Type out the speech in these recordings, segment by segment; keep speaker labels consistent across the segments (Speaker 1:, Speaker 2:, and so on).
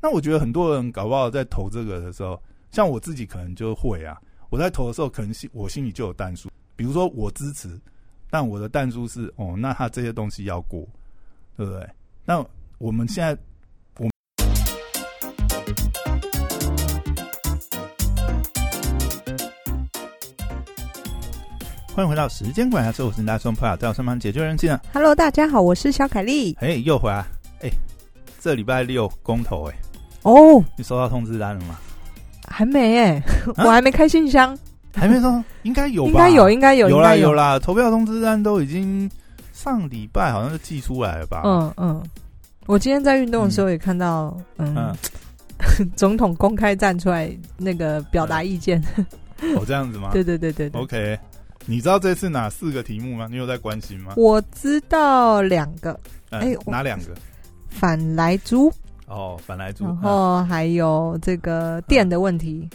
Speaker 1: 那我觉得很多人搞不好在投这个的时候，像我自己可能就会啊，我在投的时候可能心我心里就有淡数，比如说我支持，但我的淡数是哦，那他这些东西要过，对不对？那我们现在。欢迎回到时间管家秀，我是大双普尔，在我身旁解救人气呢。
Speaker 2: Hello，大家好，我是小凯丽。
Speaker 1: 嘿，又回来，哎、这礼拜六公投、哎，
Speaker 2: 哦，
Speaker 1: 你收到通知单了吗？
Speaker 2: 还没 哎、
Speaker 1: 啊
Speaker 2: 我还没开信箱，
Speaker 1: 还没收，应该有吧？
Speaker 2: 应该有，，应该有，
Speaker 1: 有
Speaker 2: 应
Speaker 1: 啦
Speaker 2: 该
Speaker 1: 有。啦，投票通知单都已经上礼拜好像就寄出来了吧？
Speaker 2: 嗯嗯，我今天在运动的时候也看到，嗯，
Speaker 1: 嗯，
Speaker 2: 总统公开站出来那个表达意见。
Speaker 1: 哦这样子吗
Speaker 2: 对对对对对，
Speaker 1: ？OK，你知道这次哪四个题目吗？你有在关心吗？
Speaker 2: 我知道两个
Speaker 1: 嗯
Speaker 2: 哎我
Speaker 1: 哪两个？
Speaker 2: 反来租，
Speaker 1: 哦，反来猪
Speaker 2: 然，
Speaker 1: 嗯
Speaker 2: 后还有这个电的问题。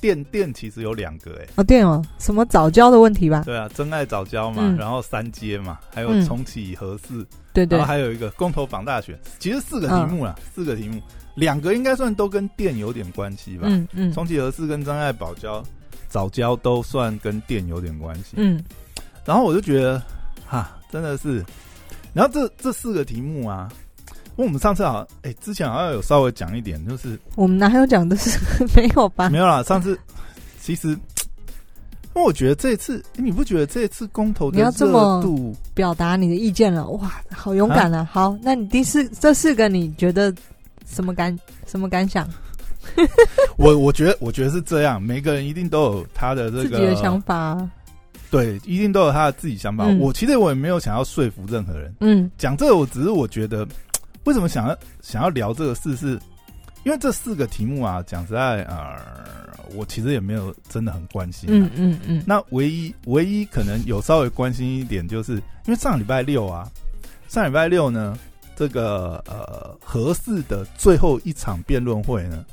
Speaker 1: 电电其实有两个、哎，
Speaker 2: 哦，电哦，什么早教的问题吧？
Speaker 1: 对啊，真爱早教嘛，
Speaker 2: 嗯
Speaker 1: 然后三阶嘛，还有
Speaker 2: 嗯
Speaker 1: 重启合适。
Speaker 2: 对对嗯
Speaker 1: 然后，还有一个公投榜大选，其实四个题目啦，四个题目，两个应该算都跟电有点关系吧。
Speaker 2: 嗯嗯
Speaker 1: 重启合适跟张爱宝交早交都算跟电有点关系。
Speaker 2: 嗯
Speaker 1: 然后我就觉得，哈，真的是，然后这这四个题目啊，因为我们上次好像，哎、之前好像有稍微讲一点，就是
Speaker 2: 我们哪有讲的是 没有吧？
Speaker 1: 没有啦，上次其实。因为我觉得这次，你不觉得这次公投的
Speaker 2: 你要这么
Speaker 1: 热度
Speaker 2: 表达你的意见了，哇，好勇敢啊！好，那你第四这四个你觉得什么感什么感想？
Speaker 1: 我我觉得我觉得是这样，每个人一定都有他的这
Speaker 2: 自
Speaker 1: 个
Speaker 2: 己的想法啊？
Speaker 1: 对，一定都有他的自己想法。
Speaker 2: 嗯
Speaker 1: 我其实我也没有想要说服任何人，
Speaker 2: 嗯
Speaker 1: 讲这个我只是我觉得，为什么想要想要聊这个事是，因为这四个题目啊，讲实在，呃，我其实也没有真的很关心、啊
Speaker 2: 嗯嗯嗯，
Speaker 1: 那唯一唯一可能有稍微关心一点，就是因为上礼拜六啊，上礼拜六呢，这个呃合适的最后一场辩论会呢，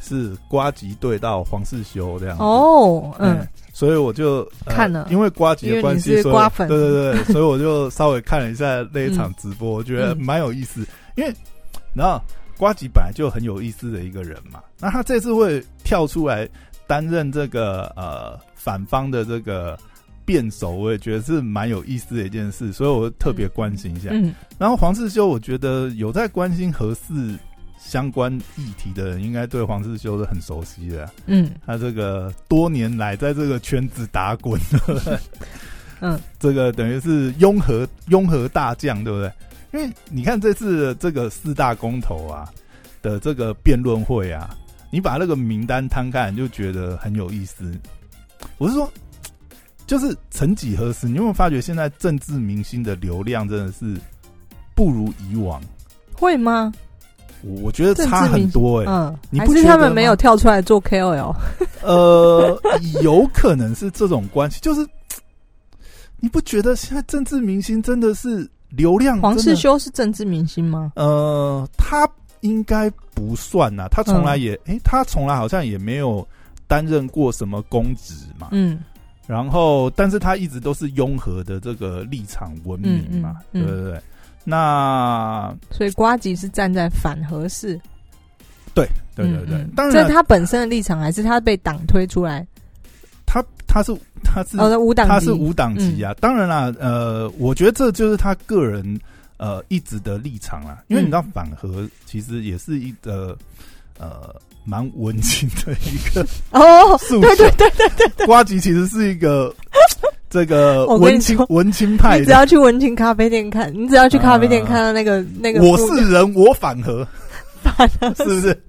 Speaker 1: 是瓜吉对到黄世修这样子
Speaker 2: 哦，
Speaker 1: 嗯
Speaker 2: 嗯，，
Speaker 1: 所以我就、呃
Speaker 2: 看了
Speaker 1: 因为瓜吉的关
Speaker 2: 因为
Speaker 1: 系，
Speaker 2: 你是
Speaker 1: 所以
Speaker 2: 瓜粉
Speaker 1: 对对对，所以我就稍微看了一下那一场直播，我觉得
Speaker 2: 嗯
Speaker 1: 蛮有意思。因为然后瓜吉本来就很有意思的一个人嘛，那他这次会跳出来担任这个呃反方的这个辩手，我也觉得是蛮有意思的一件事，所以我特别关心一下。
Speaker 2: 嗯
Speaker 1: 然后黄世修，我觉得有在关心合适相关议题的人，应该对黄世修是很熟悉的啊、
Speaker 2: 嗯
Speaker 1: 他这个多年来在这个圈子打滚，
Speaker 2: 嗯，
Speaker 1: 这个等于是雍和雍和大将，对不对？因为你看这次这个四大公投啊的这个辩论会啊，你把那个名单摊开，你就觉得很有意思。我是说，就是曾几何时，你有没有发觉现在政治明星的流量真的是不如以往？
Speaker 2: 会吗？
Speaker 1: 我我觉得差很多哎、
Speaker 2: 嗯，
Speaker 1: 你
Speaker 2: 还
Speaker 1: 不
Speaker 2: 是
Speaker 1: 觉
Speaker 2: 他
Speaker 1: 得
Speaker 2: 们没
Speaker 1: 吗嗯
Speaker 2: 有跳出来做 KOL？
Speaker 1: 呃，有可能是这种关系，就是你不觉得现在政治明星真的是流量
Speaker 2: 黄
Speaker 1: 真
Speaker 2: 世
Speaker 1: 的？
Speaker 2: 修是政治明星吗？
Speaker 1: 呃，他应该不算呐、他从来
Speaker 2: 嗯
Speaker 1: 也，诶、他从来好像也没有担任过什么公职嘛。
Speaker 2: 嗯
Speaker 1: 然后，但是他一直都是雍和的这个立场闻名嘛，
Speaker 2: 嗯嗯嗯
Speaker 1: 对对对。那
Speaker 2: 所以瓜吉是站在反合适，
Speaker 1: 对对对，
Speaker 2: 嗯嗯
Speaker 1: 当
Speaker 2: 这
Speaker 1: 然
Speaker 2: 是他本身的立场，还是他被党推出来？
Speaker 1: 他他是他是
Speaker 2: 哦，那无党
Speaker 1: 嗯他
Speaker 2: 籍
Speaker 1: 是无党籍
Speaker 2: 嗯
Speaker 1: 啊。当然啦，呃，我觉得这就是他个人呃一直的立场啦。
Speaker 2: 嗯
Speaker 1: 因为你知道反核其实也是一个呃蛮文青的一个
Speaker 2: 哦，
Speaker 1: 诉求。 对对对对对，瓜吉其实是一个这个
Speaker 2: 我跟你
Speaker 1: 文青
Speaker 2: 说
Speaker 1: 文青派
Speaker 2: 你只
Speaker 1: 的。
Speaker 2: 要去文青咖啡店看，你只要去咖啡店看到那个、那个
Speaker 1: 啊我
Speaker 2: 副
Speaker 1: 是人，我反核，
Speaker 2: 反而
Speaker 1: 是不是？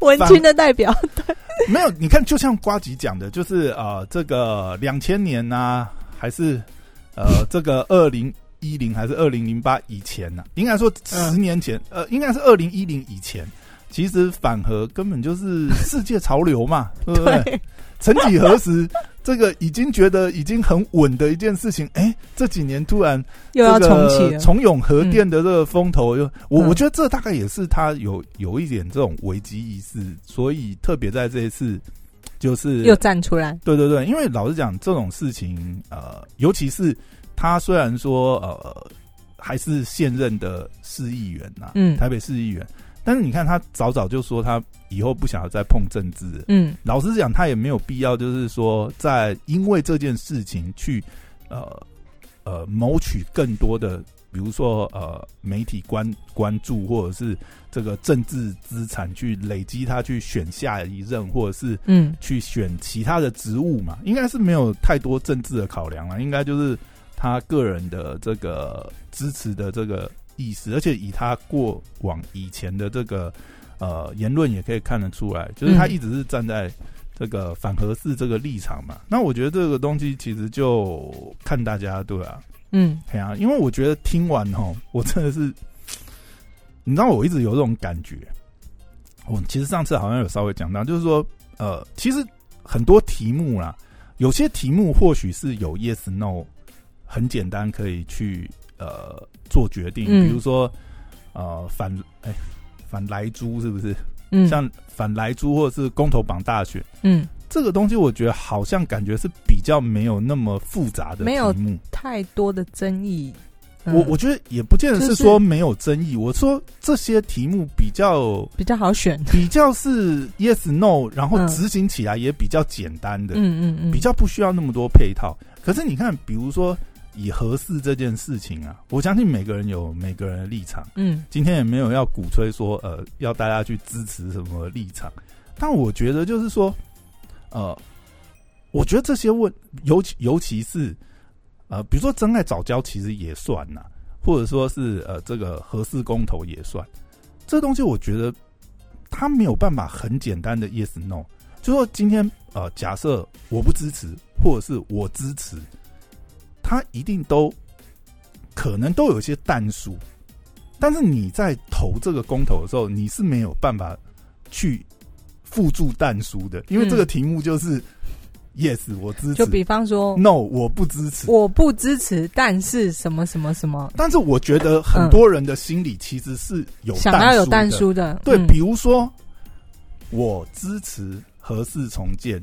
Speaker 2: 文青的代表，
Speaker 1: 没有，你看，就像瓜吉讲的，就是呃，这个两千年呐、还是呃，这个二零一零还是二零零八以前呢、应该说十年前，呃，应该是二零一零以前。其实反核根本就是世界潮流嘛，对不对？
Speaker 2: 对，
Speaker 1: 曾几何时，这个已经觉得已经很稳的一件事情，哎，这几年突然
Speaker 2: 又要重启
Speaker 1: 这个
Speaker 2: 了。
Speaker 1: 重涌核电的这个风头，又、我
Speaker 2: 嗯
Speaker 1: 我觉得这大概也是他有有一点这种危机意识，所以特别在这一次就是
Speaker 2: 又站出来，
Speaker 1: 对对对，因为老实讲这种事情，呃，尤其是他虽然说呃还是现任的市议员呐、
Speaker 2: 嗯
Speaker 1: 台北市议员，但是你看，他早早就说他以后不想要再碰政治了。
Speaker 2: 嗯
Speaker 1: 老实讲，他也没有必要，就是说在因为这件事情去呃呃谋取更多的，比如说呃媒体关关注，或者是这个政治资产去累积他去选下一任，或者是
Speaker 2: 嗯
Speaker 1: 去选其他的职务嘛，应该是没有太多政治的考量了，应该就是他个人的这个支持的这个意识，而且以他过往以前的这个呃言论也可以看得出来，就是他
Speaker 2: 嗯
Speaker 1: 一直是站在这个反核四这个立场嘛。那我觉得这个东西其实就看大家对啊，
Speaker 2: 嗯
Speaker 1: 对啊，因为我觉得听完吼，我真的是，你知道我一直有这种感觉。我其实上次好像有稍微讲到，就是说，呃，其实很多题目啦，有些题目或许是有 yes no，很简单可以去呃做决定，
Speaker 2: 嗯
Speaker 1: 比如说呃反哎、反莱猪是不是？
Speaker 2: 嗯，
Speaker 1: 像反莱猪或者是公投绑大选
Speaker 2: 嗯
Speaker 1: 这个东西，我觉得好像感觉是比较没有那么复杂的
Speaker 2: 没有
Speaker 1: 题目。
Speaker 2: 太多的争议。嗯
Speaker 1: 我我觉得也不见得是说没有争议，我说这些题目比 较
Speaker 2: 比较好选。
Speaker 1: 比较是 yes no，然后
Speaker 2: 嗯
Speaker 1: 执行起来也比较简单的，
Speaker 2: 嗯嗯嗯，
Speaker 1: 比较不需要那么多配套。可是你看，比如说以合适这件事情啊，我相信每个人有每个人的立场，
Speaker 2: 嗯
Speaker 1: 今天也没有要鼓吹说呃要大家去支持什么立场，但我觉得就是说，呃，我觉得这些问，尤其尤其是呃，比如说真爱早教其实也算呐、或者说是呃这个合适公投也算，这东西我觉得他没有办法很简单的 yes no，就说今天呃假设我不支持，或者是我支持，他一定都可能都有一些淡数。但是你在投这个公投的时候，你是没有办法去付诸淡书的，因为
Speaker 2: 嗯
Speaker 1: 这个题目就是、yes 我支持
Speaker 2: 就比方说，
Speaker 1: ，no 我不支持。
Speaker 2: 我不支持，但是什么什么什么，
Speaker 1: 但是我觉得很多人的心里其实是有
Speaker 2: 想要有
Speaker 1: 淡
Speaker 2: 淡
Speaker 1: 书
Speaker 2: 书的，
Speaker 1: 的，对，
Speaker 2: 嗯
Speaker 1: 比如说我支持核适重建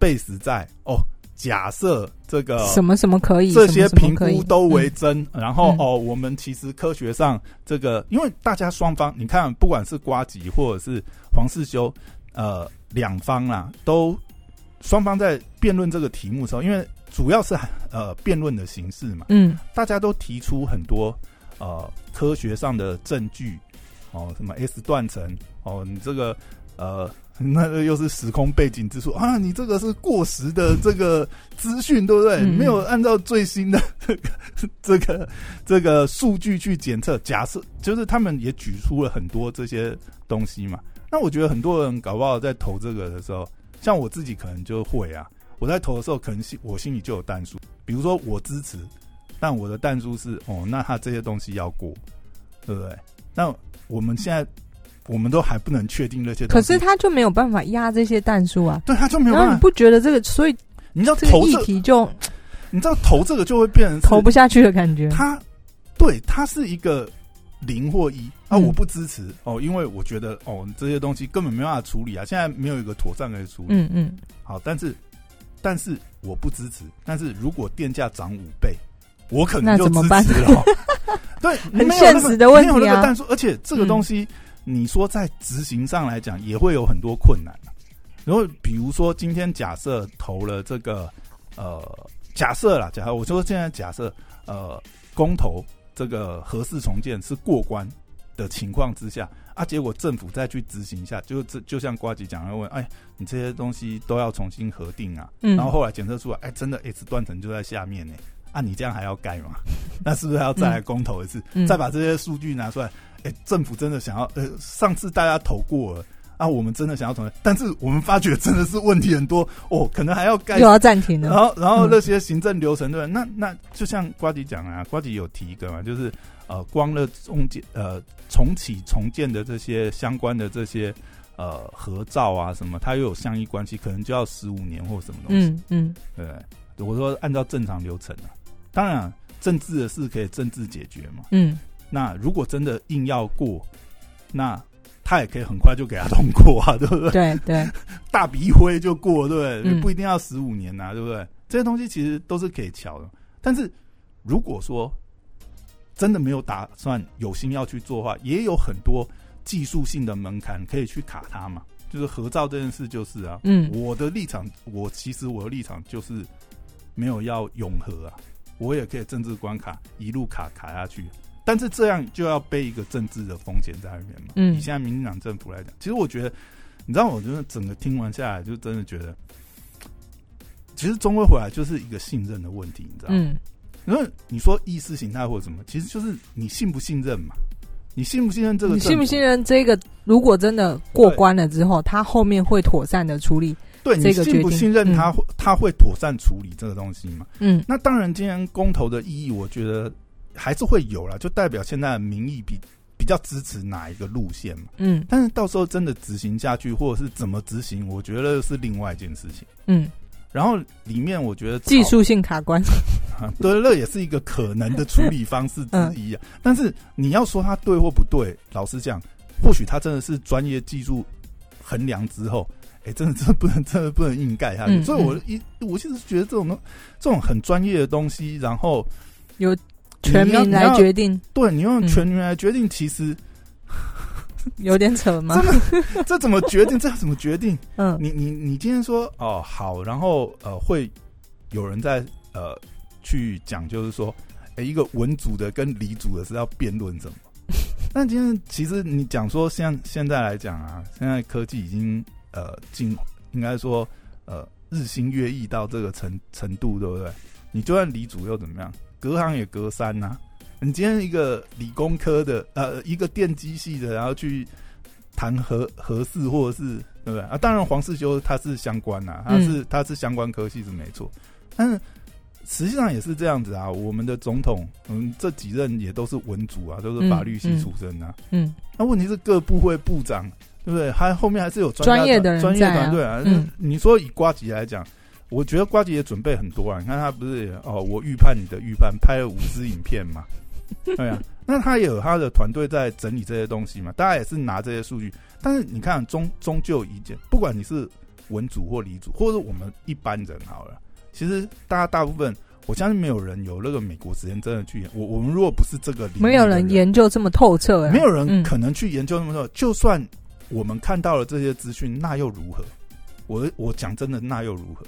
Speaker 1: ，base 在哦，假设这个
Speaker 2: 什么什么可以，
Speaker 1: 呃这些
Speaker 2: 什么什
Speaker 1: 评
Speaker 2: 么可以
Speaker 1: 估都为真，然后
Speaker 2: 嗯
Speaker 1: 哦，我们其实科学上这个，因为大家双方，你看，不管是瓜吉或者是黄世修，呃，两方啦，都双方在辩论这个题目的时候，因为主要是呃辩论的形式嘛，
Speaker 2: 嗯
Speaker 1: 大家都提出很多呃科学上的证据，哦，什么 S 断层，哦，你这个呃。 那个又是时空背景之处啊！你这个是过时的这个资讯，对不对？
Speaker 2: 嗯
Speaker 1: 没有按照最新的 这个这个数据去检测。假设就是他们也举出了很多这些东西嘛。那我觉得很多人搞不好在投这个的时候，像我自己可能就会啊。我在投的时候，可能心我心里就有淡数，比如说我支持，但我的弹珠是哦，那他这些东西要过，对不对？那我们现在我们都还不能确定那些
Speaker 2: 可
Speaker 1: 东西，
Speaker 2: 是他就没有办法压这些淡书啊。
Speaker 1: 对他就没有
Speaker 2: 然后
Speaker 1: 办
Speaker 2: 你
Speaker 1: 法。
Speaker 2: 不觉得这个，所以
Speaker 1: 你知道
Speaker 2: 这个
Speaker 1: 投
Speaker 2: 议
Speaker 1: 这，
Speaker 2: 题就
Speaker 1: 你知道投这个就会变成是
Speaker 2: 投不下去的感觉。
Speaker 1: 他对他是一个零或一啊，
Speaker 2: 嗯
Speaker 1: 我不支持哦，因为我觉得哦这些东西根本没办法处理啊，现在没有一个妥善可以处理。
Speaker 2: 嗯嗯
Speaker 1: 好，但是但是我不支持，但是如果电价涨五倍，我可能
Speaker 2: 那
Speaker 1: 就
Speaker 2: 怎么
Speaker 1: 支
Speaker 2: 办
Speaker 1: 持 了哦。对，
Speaker 2: 很
Speaker 1: 没有
Speaker 2: 现
Speaker 1: 那个
Speaker 2: 实的问
Speaker 1: 没有
Speaker 2: 题
Speaker 1: 那个
Speaker 2: 啊
Speaker 1: 但说，而且这个
Speaker 2: 嗯
Speaker 1: 东西，你说在执行上来讲，也会有很多困难。啊然后比如说，今天假设投了这个呃，假设啦，假设我说现在假设呃，公投这个核适重建是过关的情况之下啊，结果政府再去执行一下，就这就像瓜吉讲，要问哎，你这些东西都要重新核定啊，
Speaker 2: 嗯，
Speaker 1: 然后后来检测出来，哎，真的 S 断层就在下面呢、啊，你这样还要盖吗？ 那是不是还要再来公投一次，
Speaker 2: 嗯
Speaker 1: 再把这些数据拿出来？哎，政府真的想要，呃，上次大家投过了啊，我们真的想要重来，但是我们发觉真的是问题很多哦，可能还要盖
Speaker 2: 又要暂停
Speaker 1: 然
Speaker 2: 了。
Speaker 1: 后，然后
Speaker 2: 嗯
Speaker 1: 那些行政流程对吧？那那就像瓜迪讲啊，瓜迪有提一个嘛，就是呃，光了重建呃重启重建的这些相关的这些呃合照啊什么，它又有相依关系，可能就要十五年或什么东西，
Speaker 2: 嗯嗯
Speaker 1: 对不对？我说按照正常流程啊，当然啊政治的事可以政治解决嘛。
Speaker 2: 嗯，
Speaker 1: 那如果真的硬要过，那他也可以很快就给他通过啊，对不对？
Speaker 2: 对对，
Speaker 1: 大笔一挥就过，对不对？
Speaker 2: 嗯
Speaker 1: 也不一定要十五年呐、啊对不对？这些东西其实都是可以瞧的。但是如果说真的没有打算有心要去做的话，也有很多技术性的门槛可以去卡它嘛。就是合照这件事，就是啊，
Speaker 2: 嗯
Speaker 1: 我的立场，我其实我的立场就是没有要永和啊，我也可以政治关卡一路卡卡下去，但是这样就要背一个政治的风险在里面嘛。
Speaker 2: 嗯
Speaker 1: 以现在民进党政府来讲，其实我觉得，你知道，我觉得整个听完下来，就真的觉得，其实终归回来就是一个信任的问题，你知道吗？
Speaker 2: 嗯
Speaker 1: 因为你说意识形态或者什么，其实就是你信不信任嘛，你信不信任这个，
Speaker 2: 你信不信？任这个？如果真的过关了之后，他后面会妥善的处理。
Speaker 1: 对你
Speaker 2: 这个决定
Speaker 1: 信不信任他，他会妥善处理这个东西嘛？
Speaker 2: 嗯
Speaker 1: 那当然，今天公投的意义，我觉得还是会有啦，就代表现在的民意比比较支持哪一个路线嘛。
Speaker 2: 嗯
Speaker 1: 但是到时候真的执行下去，或者是怎么执行，我觉得是另外一件事情。
Speaker 2: 嗯，
Speaker 1: 然后里面我觉得
Speaker 2: 技术性卡关。
Speaker 1: 啊， 对，那也是一个可能的处理方式之一
Speaker 2: 嗯
Speaker 1: 啊。但是你要说它对或不对，老实讲，或许它真的是专业技术衡量之后，哎、真的真的不能真的不能硬盖下去。
Speaker 2: 嗯
Speaker 1: 所以我一我其实觉得这种东这种很专业的东西，然后
Speaker 2: 由
Speaker 1: 你
Speaker 2: 全
Speaker 1: 要
Speaker 2: 民
Speaker 1: 你
Speaker 2: 来
Speaker 1: 要
Speaker 2: 决定，
Speaker 1: 对你用
Speaker 2: 嗯
Speaker 1: 全民来决定，其实
Speaker 2: 有点扯吗？
Speaker 1: 这怎么决定？这 要怎么决定？
Speaker 2: 嗯
Speaker 1: 你你你今天说哦好，然后呃会有人在呃去讲，就是说，哎、一个文组的跟理组的是要辩论什么？但今天其实你讲说像现在来讲啊，现在科技已经呃进，应该说呃日新月异到这个程程度，对不对？你就算理组又怎么样？隔行也隔山呐、你今天一个理工科的，呃，一个电机系的，然后去谈合合适或者是对不对啊？当然，黄世修他是相关呐、
Speaker 2: 嗯
Speaker 1: 他是、他是相关科系是没错，但是实际上也是这样子啊。我们的总统，嗯，这几任也都是文组啊，都是法律系
Speaker 2: 嗯嗯
Speaker 1: 出身啊。
Speaker 2: 嗯
Speaker 1: 那、问题是各部会部长，对不对？还后面还是有专家
Speaker 2: 专业的人
Speaker 1: 专业
Speaker 2: 在啊
Speaker 1: 团队啊。
Speaker 2: 嗯
Speaker 1: 你说以瓜吉来讲，我觉得瓜吉也准备很多啊。你看他不是也哦，我预判你的预判，拍了五支影片嘛，对啊。那他也有他的团队在整理这些东西嘛，大家也是拿这些数据。但是你看，终终究一件，不管你是文组或理组，或者我们一般人好了，其实大家大部分，我相信没有人有那个美国时间真的去研。我我们如果不是这个领域的
Speaker 2: 没有人
Speaker 1: 人
Speaker 2: 研究这么透彻、啊，
Speaker 1: 没有人
Speaker 2: 嗯
Speaker 1: 可能去研究那么多。就算我们看到了这些资讯，那又如何？我我讲真的，那又如何？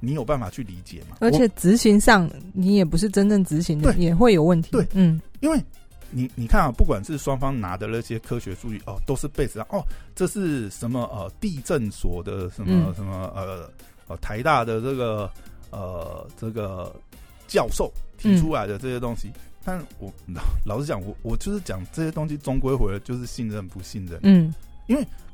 Speaker 1: 你有办法去理解吗？
Speaker 2: 而
Speaker 1: 我
Speaker 2: 且执行上你也不是真正执行的，
Speaker 1: 对
Speaker 2: 也会有问题。
Speaker 1: 对
Speaker 2: 嗯
Speaker 1: 因为你你看啊，不管是双方拿的那些科学数据哦，都是 base 上哦，这是什么呃地震所的什么、
Speaker 2: 嗯
Speaker 1: 什么呃呃台大的这个呃这个教授提出来的这些东西。
Speaker 2: 嗯
Speaker 1: 但我老老实讲，我我就是讲这些东西，终归回来就是信任不信任。
Speaker 2: 嗯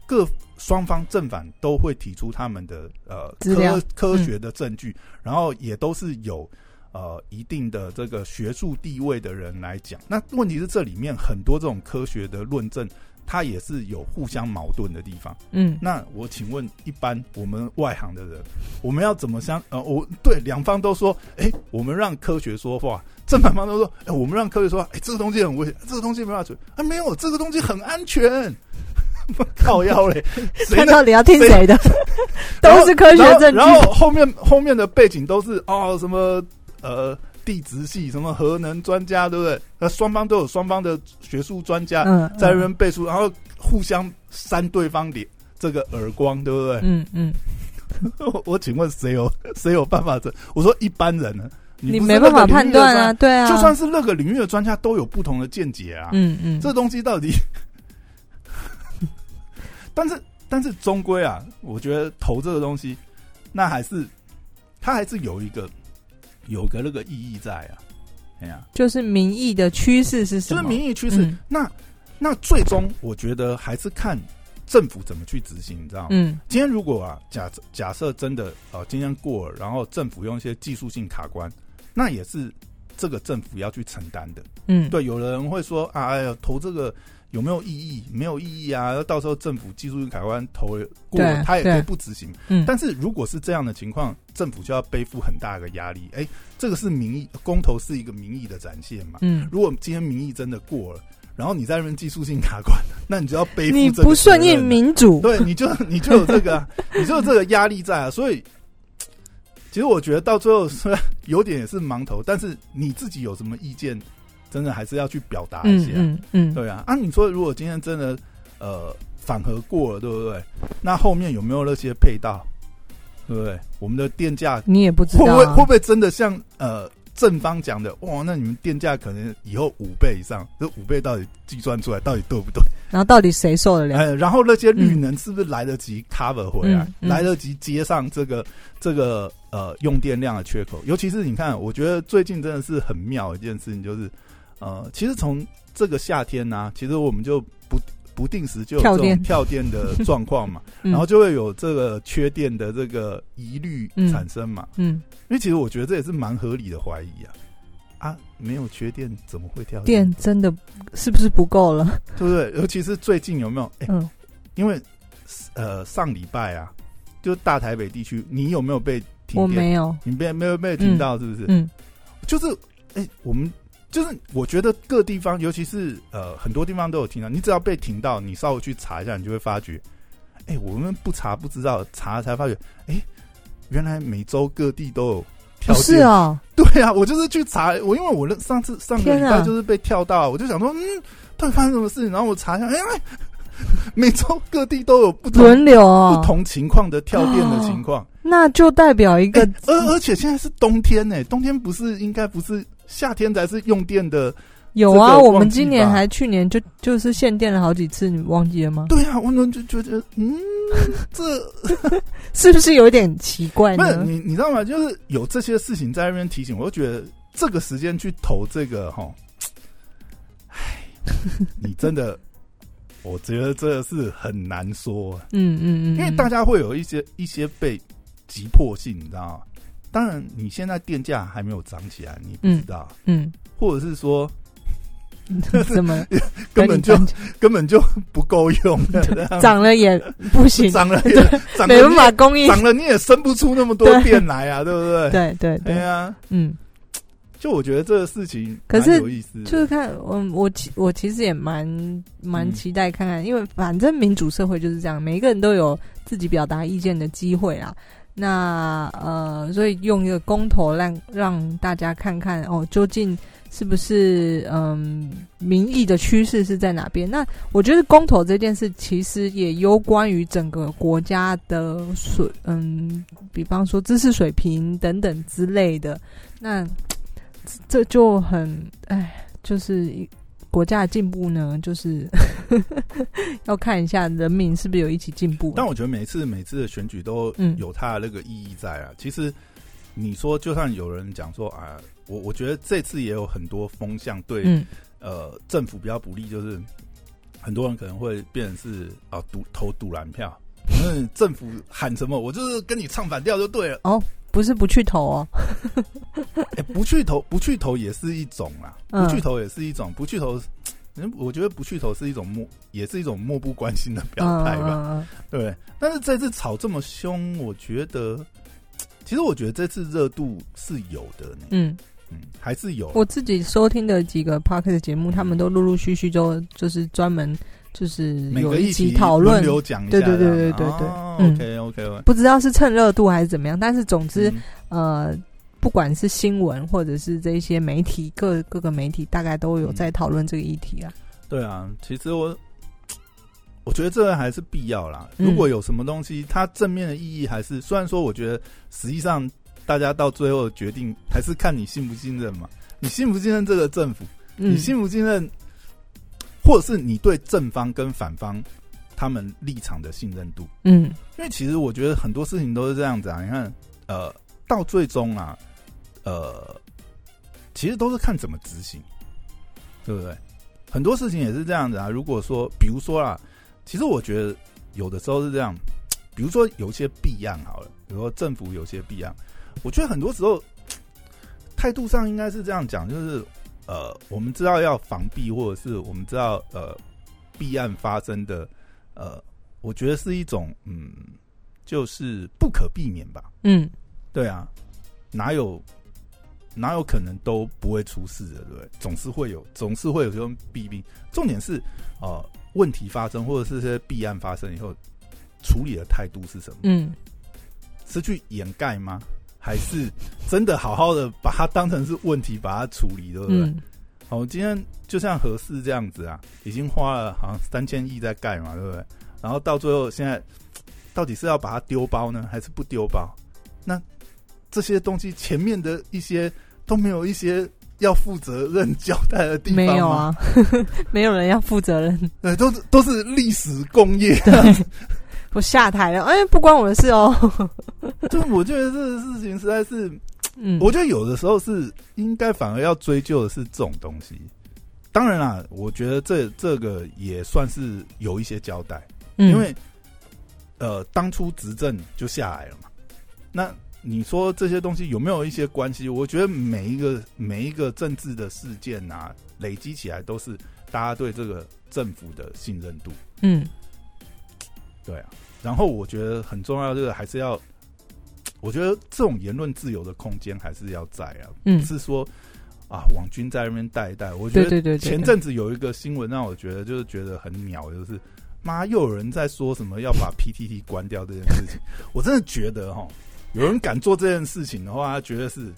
Speaker 1: 各双方正反都会提出他们的呃
Speaker 2: 资料嗯
Speaker 1: 科科学的证据，然后也都是有呃一定的这个学术地位的人来讲。那问题是这里面很多这种科学的论证，它也是有互相矛盾的地方。
Speaker 2: 嗯
Speaker 1: 那我请问，一般我们外行的人，我们要怎么相？呃，我对两方都说，哎、我们让科学说话；正反方都说，哎、我们让科学说话。哎、这个东西很危险，这个东西没办法处理。啊，没有，这个东西很安全。 靠腰 嘞，谁
Speaker 2: 看
Speaker 1: 能
Speaker 2: 到底要听谁的， 都是科学证据
Speaker 1: 然。后然后后面后面的背景都是哦什么呃地质系什么核能专家，对不对？那双方都有双方的学术专家
Speaker 2: 嗯，
Speaker 1: 在那边背书，然后互相扇对方脸这个耳光，对不对？
Speaker 2: 嗯嗯，
Speaker 1: 我 我请问谁有谁有办法这？我说一般人呢，
Speaker 2: 你
Speaker 1: 不是
Speaker 2: 没办法
Speaker 1: 那个领
Speaker 2: 判
Speaker 1: 域的
Speaker 2: 断啊，对
Speaker 1: 专
Speaker 2: 啊，
Speaker 1: 家，就算是那个领域的专家都有不同的见解啊。
Speaker 2: 嗯嗯，
Speaker 1: 这东西到底， 但是但是终归啊，我觉得投这个东西，那还是它还是有一个有个那个意义在啊。哎呀、
Speaker 2: 就是民意的趋势是什
Speaker 1: 就是
Speaker 2: 么？
Speaker 1: 民意趋势。
Speaker 2: 嗯
Speaker 1: 那那最终我觉得还是看政府怎么去执行，你知道吗？
Speaker 2: 嗯
Speaker 1: 今天如果啊，假假设真的呃，今天过了，然后政府用一些技术性卡关，那也是这个政府要去承担的。
Speaker 2: 嗯，
Speaker 1: 对，有人会说啊，哎呀，投这个有没有意义？没有意义啊！到时候政府技术性卡关投了过了
Speaker 2: 对，
Speaker 1: 他也可以
Speaker 2: 对
Speaker 1: 不执行。
Speaker 2: 嗯，
Speaker 1: 但是如果是这样的情况，政府就要背负很大的压力。哎，这个是民意公投是一个民意的展现嘛？
Speaker 2: 嗯，
Speaker 1: 如果今天民意真的过了，然后你在那边技术性卡关，那你就要背负
Speaker 2: 你
Speaker 1: 这个
Speaker 2: 不顺
Speaker 1: 责任
Speaker 2: 应
Speaker 1: 啊
Speaker 2: 民 主，
Speaker 1: 对，你就你就有这个啊，你就有这个压力在啊。所以，其实我觉得到最后虽然有点也是盲头，但是你自己有什么意见，真的还是要去表达一
Speaker 2: 嗯
Speaker 1: 些啊、
Speaker 2: 嗯嗯，
Speaker 1: 对啊，啊，你说如果今天真的呃反核过了，对不对？那后面有没有那些配套，对不对？我们的电价
Speaker 2: 你也不知
Speaker 1: 会
Speaker 2: 道
Speaker 1: 不
Speaker 2: 啊、
Speaker 1: 会会不会真的像呃正方讲的，哇，那你们电价可能以后五倍以上，这五倍到底计算出来到底对不对？
Speaker 2: 然后到底谁受得了？
Speaker 1: 呃，然后那些绿能是不是来得及 cover 回来，
Speaker 2: 嗯嗯
Speaker 1: 来得及接上这个这个呃用电量的缺口？尤其是你看，我觉得最近真的是很妙的一件事情，就是呃，其实从这个夏天呢、啊其实我们就不不定时就有
Speaker 2: 跳
Speaker 1: 这种
Speaker 2: 电
Speaker 1: 跳电的状况嘛，
Speaker 2: 嗯
Speaker 1: 然后就会有这个缺电的这个疑虑
Speaker 2: 嗯
Speaker 1: 产生嘛。
Speaker 2: 嗯，
Speaker 1: 因为其实我觉得这也是蛮合理的怀疑啊。啊，没有缺电怎么会跳
Speaker 2: 电真的是不是不够了？
Speaker 1: 对不对？尤其是最近有没有？哎、
Speaker 2: 嗯，
Speaker 1: 因为呃上礼拜啊，就大台北地区，你有没有被
Speaker 2: 我
Speaker 1: 停电？
Speaker 2: 没有。
Speaker 1: 你被没有被听到是不是？
Speaker 2: 嗯
Speaker 1: 就是哎、我们就是我觉得各地方，尤其是呃很多地方都有听到。你只要被停到，你稍微去查一下，你就会发觉，哎、我们不查不知道，查了才发觉，哎、原来每周各地都有跳
Speaker 2: 哦
Speaker 1: 电。
Speaker 2: 是哦，
Speaker 1: 对啊，我就是去查，我因为我那上次上个礼
Speaker 2: 天
Speaker 1: 拜
Speaker 2: 啊
Speaker 1: 就是被跳到啊，我就想说，嗯，到底发生什么事情？然后我查一下，哎、哎 每周各地都有不同
Speaker 2: 轮流
Speaker 1: 不
Speaker 2: 哦，
Speaker 1: 同情况的跳电的情况。
Speaker 2: 那就代表一
Speaker 1: 哎
Speaker 2: 个
Speaker 1: 而、而且现在是冬天呢、冬天不是应该不是夏天才是用电的？
Speaker 2: 有啊，
Speaker 1: 这个
Speaker 2: 我们
Speaker 1: 忘记
Speaker 2: 今年
Speaker 1: 吧
Speaker 2: 还去年就就是限电了好几次，你忘记了吗？
Speaker 1: 对啊，我们就觉得，嗯，这
Speaker 2: 是不是有点奇怪
Speaker 1: 不是
Speaker 2: 呢？
Speaker 1: 你你知道吗？就是有这些事情在那边提醒，我就觉得这个时间去投这个 哈，唉，你真的，我觉得这是很难说、啊。
Speaker 2: 嗯嗯嗯，
Speaker 1: 因为大
Speaker 2: 嗯
Speaker 1: 家会有一些一些被急迫性，你知道吗？当然，你现在电价还没有涨起来，你不知道，
Speaker 2: 嗯，
Speaker 1: 或者是说
Speaker 2: 嗯怎么
Speaker 1: 根本就
Speaker 2: 跟你
Speaker 1: 根本就不够 用的，这样
Speaker 2: 涨了也不 行，
Speaker 1: 涨 了也涨了
Speaker 2: 没办
Speaker 1: 你
Speaker 2: 法
Speaker 1: 也
Speaker 2: 供应。
Speaker 1: 涨了你也生不出那么多
Speaker 2: 对
Speaker 1: 电来啊，对不对？
Speaker 2: 对对
Speaker 1: 哎
Speaker 2: 对，
Speaker 1: 呀，
Speaker 2: 嗯，
Speaker 1: 就我觉得这个事情
Speaker 2: 可是
Speaker 1: 蛮有意思的，
Speaker 2: 就是看我我其我其实也蛮蛮
Speaker 1: 嗯
Speaker 2: 期待看看，因为反正民主社会就是这样，每一个人都有自己表达意见的机会啊。那呃，所以用一个公投让让大家看看哦，究竟是不是嗯民意的趋势是在哪边？那我觉得公投这件事其实也攸关于整个国家的水嗯，比方说知识水平等等之类的。那这这就很哎，就是一国家的进步呢，就是 要看一下人民是不是有一起进步。啊
Speaker 1: 但我觉得每次每次的选举都
Speaker 2: 嗯
Speaker 1: 有它的那个意义在啊。其实你说，就算有人讲说啊，我我觉得这次也有很多风向对、
Speaker 2: 嗯
Speaker 1: 呃政府比较不利，就是很多人可能会变成是啊赌投赌蓝票，嗯，政府喊什么，我就是跟你唱反调就对了。
Speaker 2: 不是不去投哦，
Speaker 1: 哎、不去投，不去投也是一种啦，
Speaker 2: 嗯
Speaker 1: 不去投也是一种，不去投。嗯我觉得不去投是一种漠，也是一种漠不关心的表态吧。
Speaker 2: 嗯
Speaker 1: 对，但是这次吵这么凶，我觉得，其实我觉得这次热度是有的呢，
Speaker 2: 嗯，嗯
Speaker 1: 嗯，还是有。
Speaker 2: 我自己收听的几个 p o c k e t 节目，他们都陆陆续续都就是专门就是
Speaker 1: 每
Speaker 2: 有
Speaker 1: 个
Speaker 2: 一
Speaker 1: 议
Speaker 2: 起
Speaker 1: 题
Speaker 2: 讨论
Speaker 1: 轮，流讲一下
Speaker 2: 对
Speaker 1: 这
Speaker 2: 对
Speaker 1: 样，
Speaker 2: 对对对对
Speaker 1: 哦
Speaker 2: 嗯
Speaker 1: OK OK，
Speaker 2: 不知道是趁热度还是怎么样，但是总之、
Speaker 1: 嗯
Speaker 2: 呃。不管是新闻或者是这一些媒体，各各个媒体大概都有在讨论这个议题啊。
Speaker 1: 对啊，其实我我觉得这个还是必要啦。
Speaker 2: 嗯
Speaker 1: 如果有什么东西，它正面的意义还是，虽然说我觉得实际上大家到最后的决定还是看你信不信任嘛，你信不信任这个政府，
Speaker 2: 嗯，
Speaker 1: 你信不信任，或者是你对正方跟反方他们立场的信任度？
Speaker 2: 嗯
Speaker 1: 因为其实我觉得很多事情都是这样子啊。你看，呃，到最终啊，呃，其实都是看怎么执行，对不对？很多事情也是这样子啊。如果说，比如说啦，其实我觉得有的时候是这样，比如说有些弊案好了，比如说政府有些弊案，我觉得很多时候态度上应该是这样讲，就是呃，我们知道要防弊，或者是我们知道呃弊案发生的呃，我觉得是一种嗯，就是不可避免吧。
Speaker 2: 嗯，
Speaker 1: 对啊，哪有哪有可能都不会出事的，对不对？总是会有，总是会有这种弊病。重点是呃，问题发生或者是这些弊案发生以后，处理的态度是什么？
Speaker 2: 嗯，
Speaker 1: 是去掩盖吗？还是真的好好的把它当成是问题，把它处理，对不对？
Speaker 2: 嗯，
Speaker 1: 好，今天就像合适这样子啊，已经花了好像三千亿在盖嘛，对不对？然后到最后现在，到底是要把它丢包呢，还是不丢包？那这些东西前面的一些都没有一些要负责任交代的地方
Speaker 2: 没
Speaker 1: 吗
Speaker 2: 有啊， 没有人要负责任。
Speaker 1: 对，都是都是历史工业，
Speaker 2: 我下台了，哎，不关我的 事哦。
Speaker 1: 就我觉得这个事情实在是，
Speaker 2: 嗯，
Speaker 1: 我觉得有的时候是应该反而要追究的是这种东西。当然啦，我觉得这这个也算是有一些交代，
Speaker 2: 嗯
Speaker 1: 因为呃，当初执政就下来了嘛。那你说这些东西有没有一些关系？我觉得每一个每一个政治的事件啊，累积起来都是大家对这个政府的信任度。
Speaker 2: 嗯
Speaker 1: 对啊，然后我觉得很重要，就是还是要，我觉得这种言论自由的空间还是要在啊，不
Speaker 2: 嗯，
Speaker 1: 是说啊，网军在那边带一带。我觉
Speaker 2: 对
Speaker 1: 得
Speaker 2: 对对对，
Speaker 1: 前阵子有一个新闻让我觉得就是觉得很鸟，就是妈又有人在说什么要把 PTT 关掉这件事情，我真的觉得 哈，有人敢做这件事情的话，他绝对是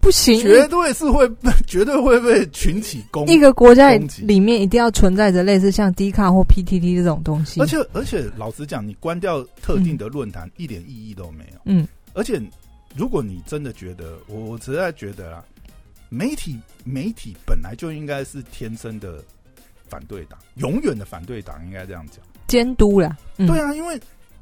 Speaker 2: 不行，
Speaker 1: 绝对是会被绝对会被群起攻
Speaker 2: 一个国家
Speaker 1: 攻击
Speaker 2: 里面一定要存在着类似像 D 卡或 PTT 这种东西。
Speaker 1: 而且而且，老实讲，你关掉特定的论坛、一点意义都没有。
Speaker 2: 嗯，
Speaker 1: 而且如果你真的觉得，我我实在觉得啊，媒体媒体本来就应该是天生的反对党，永远的反对党，应该这样讲。
Speaker 2: 监督啦，嗯
Speaker 1: 对啊，因为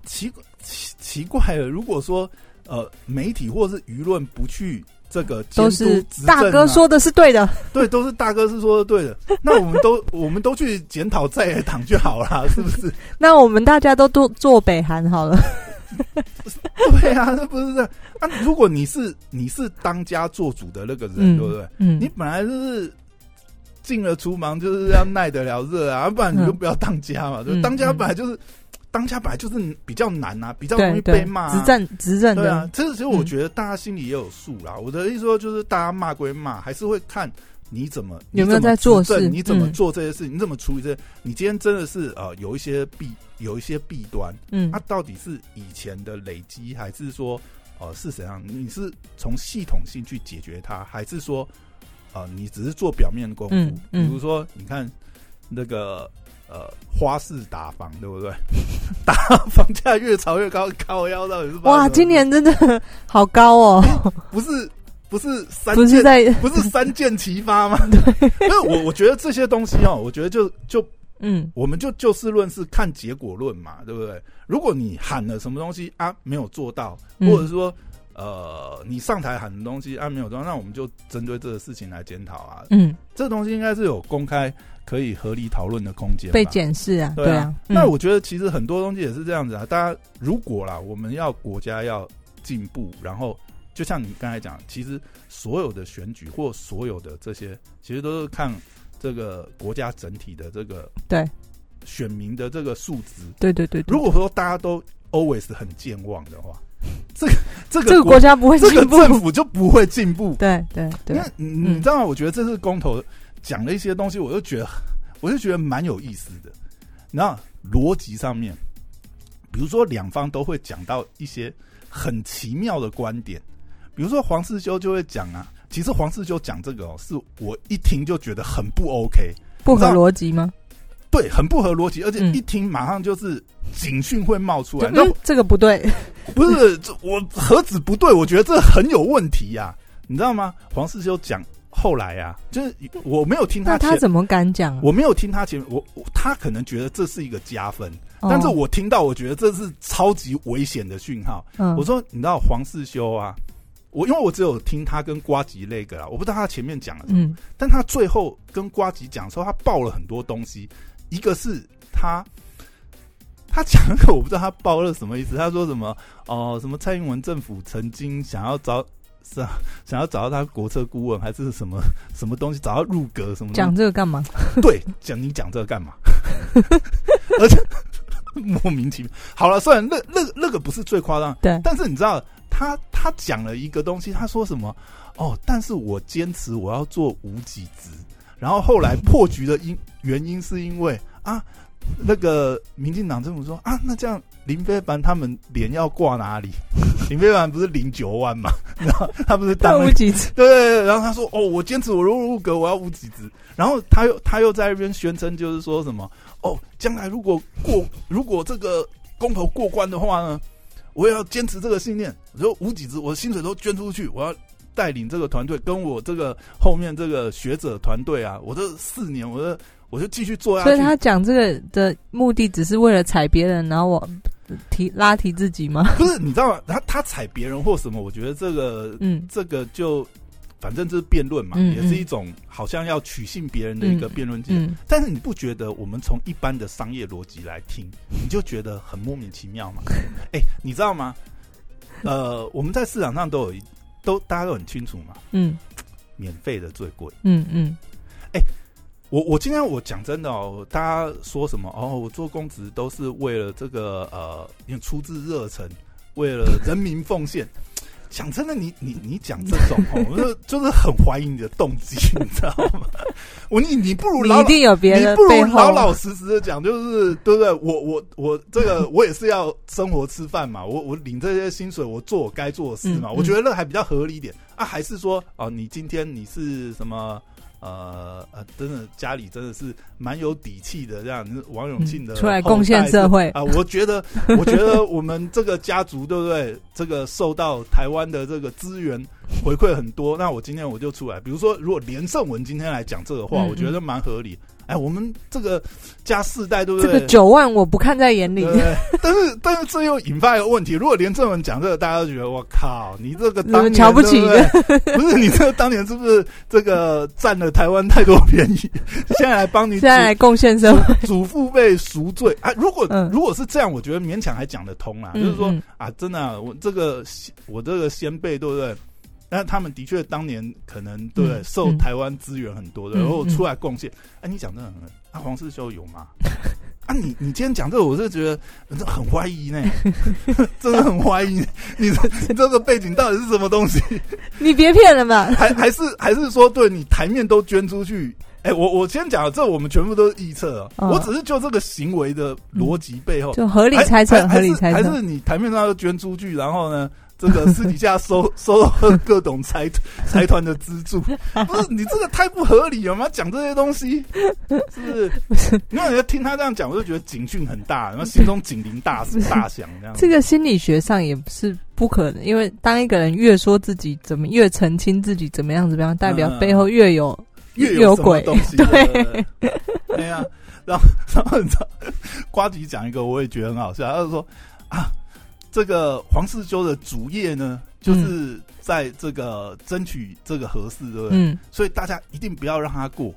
Speaker 1: 奇奇奇怪了，如果说呃媒体或是舆论不去这个监督
Speaker 2: 都是
Speaker 1: 执政啊
Speaker 2: 大哥说的是对的，
Speaker 1: 对，都是大哥是说的对的，那我们 都我们都去检讨在野党就好啦，是不是？
Speaker 2: 那我们大家都做做北韩好了。
Speaker 1: 对啊，那不是这样啊？如果你是你是当家做主的那个人，
Speaker 2: 嗯
Speaker 1: 对不对？
Speaker 2: 嗯
Speaker 1: 你，本来就是进了厨房就是要耐得了热啊，不然你就不要当家嘛。就
Speaker 2: 嗯
Speaker 1: 当家
Speaker 2: 嗯
Speaker 1: 本来就是、当家本来就是比较难啊，比较容
Speaker 2: 对
Speaker 1: 易被
Speaker 2: 对
Speaker 1: 骂、，啊。
Speaker 2: 执政执政
Speaker 1: 对啊
Speaker 2: 的，，嗯
Speaker 1: 其实其实我觉得大家心里也有数啦。我的意思说，就是大家骂归骂，还是会看你怎么
Speaker 2: 有没有在做事
Speaker 1: 你怎么
Speaker 2: 嗯
Speaker 1: 做这些事，你怎么处理这些。你今天真的是呃有一些弊，有一些弊端，
Speaker 2: 嗯
Speaker 1: 它、到底是以前的累积，还是说呃是怎样？你是从系统性去解决它，还是说呃你只是做表面功夫？
Speaker 2: 嗯嗯
Speaker 1: 比如说，你看那个呃花式打房，对不对？ 打房价越炒越高，靠腰到底是发生什么
Speaker 2: 哇，
Speaker 1: 事
Speaker 2: 今年真的好高 哦，
Speaker 1: 不是不是三
Speaker 2: 不是
Speaker 1: 箭
Speaker 2: 在
Speaker 1: 不是三箭齐发 吗？对，那我我觉得这些东西哦，我觉得就就
Speaker 2: 嗯
Speaker 1: 我们就就事论事，看结果论嘛，对不对？如果你喊了什么东西啊，没有做到，
Speaker 2: 嗯
Speaker 1: 或者说、呃，你上台喊的东西啊，没有做到，那我们就针对这个事情来检讨啊。
Speaker 2: 嗯，
Speaker 1: 这东西应该是有公开可以合理讨论的空间吧，
Speaker 2: 被检视啊，
Speaker 1: 对
Speaker 2: 对
Speaker 1: 啊
Speaker 2: 啊。
Speaker 1: 那
Speaker 2: 嗯
Speaker 1: 我觉得其实很多东西也是这样子啊。大家如果啦，我们要国家要进步，然后就像你刚才讲，其实所有的选举或所有的这些，其实都是看这个国家整体的这个
Speaker 2: 对
Speaker 1: 选民的这个素质。
Speaker 2: 对对对，对
Speaker 1: 如果说大家都 always 很健忘的话，这个这个
Speaker 2: 这个国家不会进
Speaker 1: 这个
Speaker 2: 步，
Speaker 1: 政府就不会进步。
Speaker 2: 对对
Speaker 1: 因
Speaker 2: 对
Speaker 1: 为，你你
Speaker 2: 嗯
Speaker 1: 知道吗？我觉得这次公投讲了一些东西，我就觉得，我就觉得蛮有意思的。那逻辑上面，比如说两方都会讲到一些很奇妙的观点，比如说黄世修就会讲啊，其实黄世修讲这个哦，是我一听就觉得很不 OK，
Speaker 2: 不合
Speaker 1: 你知道
Speaker 2: 逻辑吗？
Speaker 1: 对，很不合逻辑，而且
Speaker 2: 嗯
Speaker 1: 一听马上就是警讯会冒出
Speaker 2: 就
Speaker 1: 来。那
Speaker 2: 嗯这个不 对，
Speaker 1: 不是，这我何止不对，我觉得这很有问题呀、你知道吗？黄世修讲后来呀、就是我没有听他
Speaker 2: 那
Speaker 1: 前，
Speaker 2: 他怎么敢讲啊？
Speaker 1: 我没有听他前，我我他可能觉得这是一个加分，
Speaker 2: 哦
Speaker 1: 但是我听到我觉得这是超级危险的讯号。
Speaker 2: 嗯
Speaker 1: 我说，你知道黄世修啊，我因为我只有听他跟瓜吉那个啊，我不知道他前面讲了什么，
Speaker 2: 嗯
Speaker 1: 但他最后跟瓜吉讲的时候，他爆了很多东西，一个是他。他讲那个我不知道他爆了什么意思，他说什么哦、什么蔡英文政府曾经想要找是啊想要找到他国策顾问还是什么什么东西找到入阁什么东西
Speaker 2: 讲这个干嘛？
Speaker 1: 对，讲你讲这个干嘛？ 而且莫名其妙。好了，算了，那那那个不是最夸张，
Speaker 2: 对
Speaker 1: 但是你知道，他他讲了一个东西，他说什么？哦，但是我坚持我要做无己职，然后后来破局的因原因是因为啊，那个民进党政府说啊，那这样林非凡他们脸要挂哪里？ 林非凡不是领九万嘛， 然后他不是 当
Speaker 2: 当
Speaker 1: 了
Speaker 2: 无几次，
Speaker 1: 对对对，然后他说：“哦，我坚持我如入阁，我要无几职。”然后他又他又在那边宣称，就是说什么：“哦，将来如果过如果这个公投过关的话呢，我也要坚持这个信念，我就无几职，我的薪水都捐出去，我要带领这个团队，跟我这个后面这个学者团队啊，我这四年，我这我就继续做下啊去。
Speaker 2: 所 以他讲这个的目的只是为了踩别人，然后我提拉提自己吗？
Speaker 1: 不是你知道吗？他他踩别人或什么，我觉得这个
Speaker 2: 嗯，
Speaker 1: 这个就反正就是辩论嘛，
Speaker 2: 嗯嗯
Speaker 1: 也是一种好像要取信别人的一个辩论技巧。
Speaker 2: 嗯，
Speaker 1: 但是你不觉得我们从一般的商业逻辑来听，你就觉得很莫名其妙吗？哎、你知道吗？呃，我们在市场上都有一都大家都很清楚嘛，
Speaker 2: 嗯
Speaker 1: 免费的最贵。
Speaker 2: 嗯嗯
Speaker 1: 我我今天我讲真的哦，大家说什么哦？我做公职都是为了这个呃，因为出自热忱，为了人民奉献。讲真的，你你你讲这种哦，我就就是很怀疑你的动机，你知道吗？ 我你你不如
Speaker 2: 你
Speaker 1: 老
Speaker 2: 一定有别
Speaker 1: 你
Speaker 2: 的
Speaker 1: 不
Speaker 2: 背
Speaker 1: 如
Speaker 2: 后，
Speaker 1: 老老实实的讲，就是对不对？我我我这个 我也是要生活吃饭嘛，我我领这些薪水，我做我该做的事嘛，
Speaker 2: 嗯嗯
Speaker 1: 我觉得那还比较合理一点啊。还是说哦、你今天你是什么？呃呃，真的家里真的是蛮有底气的，这样你是王永庆的、
Speaker 2: 嗯出来贡献社会
Speaker 1: 啊、我觉得，我觉得我们这个家族对不对？这个受到台湾的这个资源回馈很多，那我今天我就出来。比如说，如果连胜文今天来讲这个话，
Speaker 2: 嗯嗯
Speaker 1: 我觉得蛮合理。哎，我们这个加世代，对不
Speaker 2: 这
Speaker 1: 对？
Speaker 2: 个九万我不看在眼里
Speaker 1: 对，不对但是但是这又引发一个问题：如果连正文讲这个，大家都觉得我靠，你这个当年
Speaker 2: 你呃瞧不起
Speaker 1: 对不对 不是你这个当年是不是这个占了台湾太多便宜？现在来帮你
Speaker 2: 现在来贡献社会，
Speaker 1: 祖祖父辈赎罪啊！如果、
Speaker 2: 嗯
Speaker 1: 如果是这样，我觉得勉强还讲得通啦。
Speaker 2: 嗯
Speaker 1: 就是说
Speaker 2: 嗯
Speaker 1: 啊，真的啊、我这个我这个先辈，对不对？那他们的确当年可能对不对
Speaker 2: 嗯
Speaker 1: 受
Speaker 2: 嗯
Speaker 1: 台湾资源很多的，
Speaker 2: 嗯
Speaker 1: 然后
Speaker 2: 嗯
Speaker 1: 出来贡献。哎、你讲这很啊，黄世修有吗？啊，你你今天讲这个，我是觉得真的很怀疑呢， 真的很怀疑你这你这个背景到底是什么东西？
Speaker 2: 你别骗人 吧。
Speaker 1: 还还是还是说，对你台面都捐出去？哎、我我先讲了，这我们全部都是臆测啊，
Speaker 2: 嗯
Speaker 1: 我只是就这个行为的逻辑背后，
Speaker 2: 就合理
Speaker 1: 哦还
Speaker 2: 猜测，
Speaker 1: 还
Speaker 2: 合理
Speaker 1: 还是
Speaker 2: 猜
Speaker 1: 还
Speaker 2: 测，
Speaker 1: 是你台面上都捐出去，然后呢，这个私底下收收到各种 财财团的资助，不是你这个太不合理了吗？讲这些东西是不 是？那人家听他这样讲，我就觉得警讯很大，然后心中警铃 大大响这样。
Speaker 2: 这个心理学上也是不可能，因为当一个人越说自己怎么越澄清自己怎么样怎么样，代表
Speaker 1: 嗯嗯嗯
Speaker 2: 背后越有
Speaker 1: 越
Speaker 2: 有
Speaker 1: 什么
Speaker 2: 鬼
Speaker 1: 东西，对对 对对哎呀、然后 然后你知道，瓜吉讲一个我也觉得很好笑，他就说啊，这个黄世修的主业呢，就是在这个争取这个合适，对不对？
Speaker 2: 嗯，
Speaker 1: 所以大家一定不要让他过，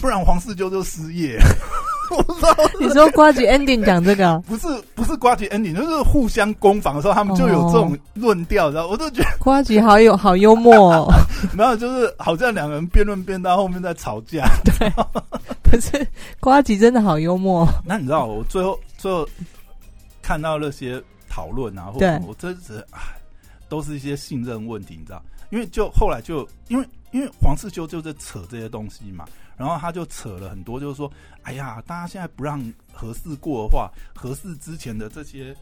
Speaker 1: 不然黄世修就失业。 我不知道
Speaker 2: 你说瓜吉 ending 讲这个啊，
Speaker 1: 不是不是瓜吉 ending，就是互相攻防的时候，他们就有这种
Speaker 2: 哦
Speaker 1: 论调，然后我就觉得。
Speaker 2: 瓜吉好有好幽默哦，
Speaker 1: 然后就是好像两个人辩论辩到后面在吵架。
Speaker 2: 不是瓜吉真的好幽默哦，
Speaker 1: 那你知道，我最后最后看到那些讨论啊，或
Speaker 2: 对
Speaker 1: 者我真是唉，都是一些信任问题，你知道？因为就后来就因为因为黄世修就在扯这些东西嘛，然后他就扯了很多，就是说，哎呀，大家现在不让合适过的话，合适之前的这些。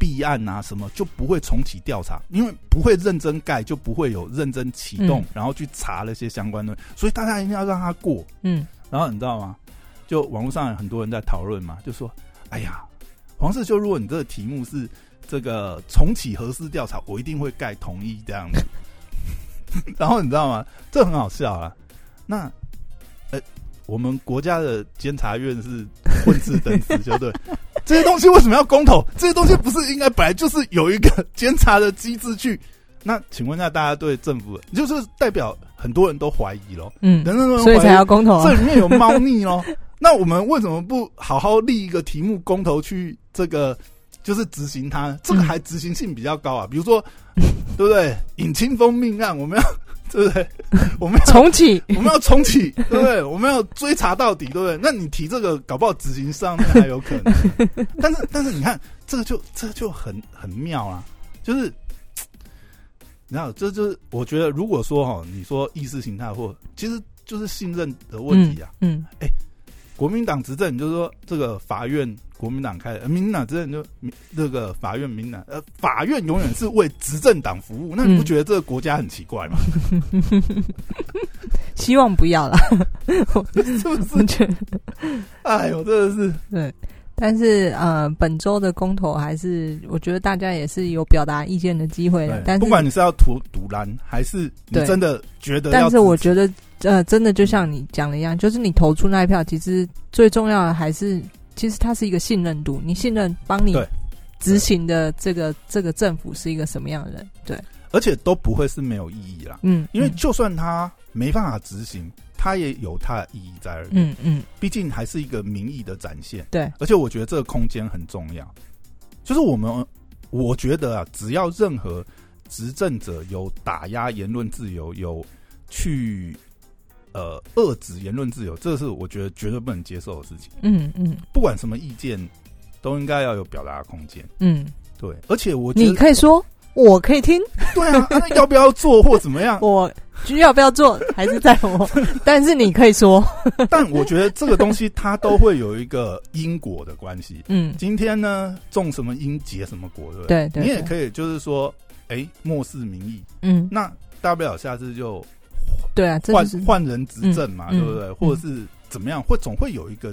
Speaker 1: 弊案啊，什么就不会重启调查，因为不会认真盖，就不会有认真启动，
Speaker 2: 嗯
Speaker 1: 然后去查那些相关的，所以大家一定要让他过。
Speaker 2: 嗯，
Speaker 1: 然后你知道吗？就网络上很多人在讨论嘛，就说：“哎呀，黄世修，如果你这个题目是这个重启核试调查，我一定会盖同意这样子。” 然后你知道吗？这很好笑啊。那呃，我们国家的监察院是混吃等死，就对。这些东西为什么要公投？这些东西不是应该本来就是有一个监察的机制去？那请问一下，大家对政府就是代表很多人都怀疑咯，
Speaker 2: 嗯，
Speaker 1: 人人都
Speaker 2: 所以
Speaker 1: 怀疑
Speaker 2: 才要公投
Speaker 1: 这
Speaker 2: 啊，
Speaker 1: 里面有猫腻哦。 那我们为什么不好好立一个题目公投去这个就是执行它？这个还执行性比较高啊，比如说，对不对？尹清风命案，我们要 对不对？我们要
Speaker 2: 重启，
Speaker 1: 我们要重启，对不对？我们要追查到底，对不对？那你提这个，搞不好执行上面还有可能。但是但是你看，这个就这个就很很妙啦，就是。你知道，这就是我觉得，如果说哈，你说意识形态或其实就是信任的问题啊，
Speaker 2: 嗯，嗯，
Speaker 1: 国民党执政，你就说这个法院国民党开的，呃民进党执政你就民这个法院民进党，呃，法院永远是为执政党服务，那你不
Speaker 2: 嗯
Speaker 1: 觉得这个国家很奇怪 吗？
Speaker 2: 希望不要啦，
Speaker 1: 是不
Speaker 2: 我
Speaker 1: 是？
Speaker 2: 觉得
Speaker 1: 哎呦，真的是，
Speaker 2: 对。但是呃，本周的公投还是我觉得大家也是有表达意见的机会的，
Speaker 1: 对哎
Speaker 2: 但是
Speaker 1: 不管你是要涂赌蓝，还是你
Speaker 2: 对
Speaker 1: 真的觉得要支持，
Speaker 2: 但是我觉得，呃，真的就像你讲的一样，就是你投出那一票，其实最重要的还是，其实它是一个信任度，你信任帮你
Speaker 1: 对
Speaker 2: 执行的这个这个政府是一个什么样的人？对，
Speaker 1: 而且都不会是没有意义啦，
Speaker 2: 嗯，
Speaker 1: 因为
Speaker 2: 嗯
Speaker 1: 就算他没办法执行，他也有他的意义在而已。
Speaker 2: 嗯嗯，
Speaker 1: 毕竟还是一个民意的展现。
Speaker 2: 对，
Speaker 1: 而且我觉得这个空间很重要，就是我们，我觉得啊，只要任何执政者有打压言论自由，有去呃遏制言论自由，这是我觉得绝对不能接受的事情。
Speaker 2: 嗯嗯
Speaker 1: 不管什么意见，都应该要有表达的空间。
Speaker 2: 嗯，
Speaker 1: 对，而且我觉
Speaker 2: 你
Speaker 1: 得
Speaker 2: 可以说，我可以听，
Speaker 1: 对啊，啊那要不要做或怎么样？
Speaker 2: 我需要不要做还是在 我，但是你可以说，
Speaker 1: 但我觉得这个东西它都会有一个因果的关系。
Speaker 2: 嗯，
Speaker 1: 今天呢，种什么因结什么果，对不对？
Speaker 2: 对对，
Speaker 1: 你也
Speaker 2: 以，
Speaker 1: 可以就是说，哎、漠视民意，
Speaker 2: 嗯，
Speaker 1: 那大不了下次就
Speaker 2: 对啊，这
Speaker 1: 换
Speaker 2: 就是
Speaker 1: 换人执政嘛，
Speaker 2: 嗯
Speaker 1: 对不对？
Speaker 2: 嗯
Speaker 1: 或者是怎么样，会总会有一个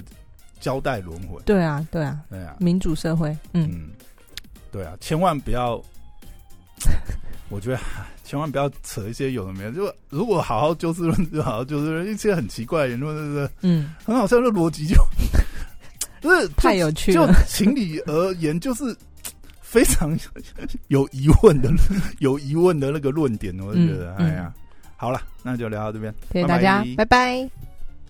Speaker 1: 交代轮回，
Speaker 2: 对啊对啊，
Speaker 1: 对啊，
Speaker 2: 民主社会，嗯，
Speaker 1: 嗯，对啊，千万不要，我觉得 唉千万不要扯一些有的没的，就如果好好就事论事，好好就事论事，一些很奇怪的言论，对不对？
Speaker 2: 嗯，
Speaker 1: 很好笑的逻辑就， 就是
Speaker 2: 太有趣
Speaker 1: 就
Speaker 2: 了，
Speaker 1: 情理而言，就是非常有 疑问的、有疑问的那个论点，我就觉得，
Speaker 2: 嗯
Speaker 1: 哎呀，好了，那就聊到这边，
Speaker 2: 谢谢大家
Speaker 1: 拜拜，
Speaker 2: 拜拜。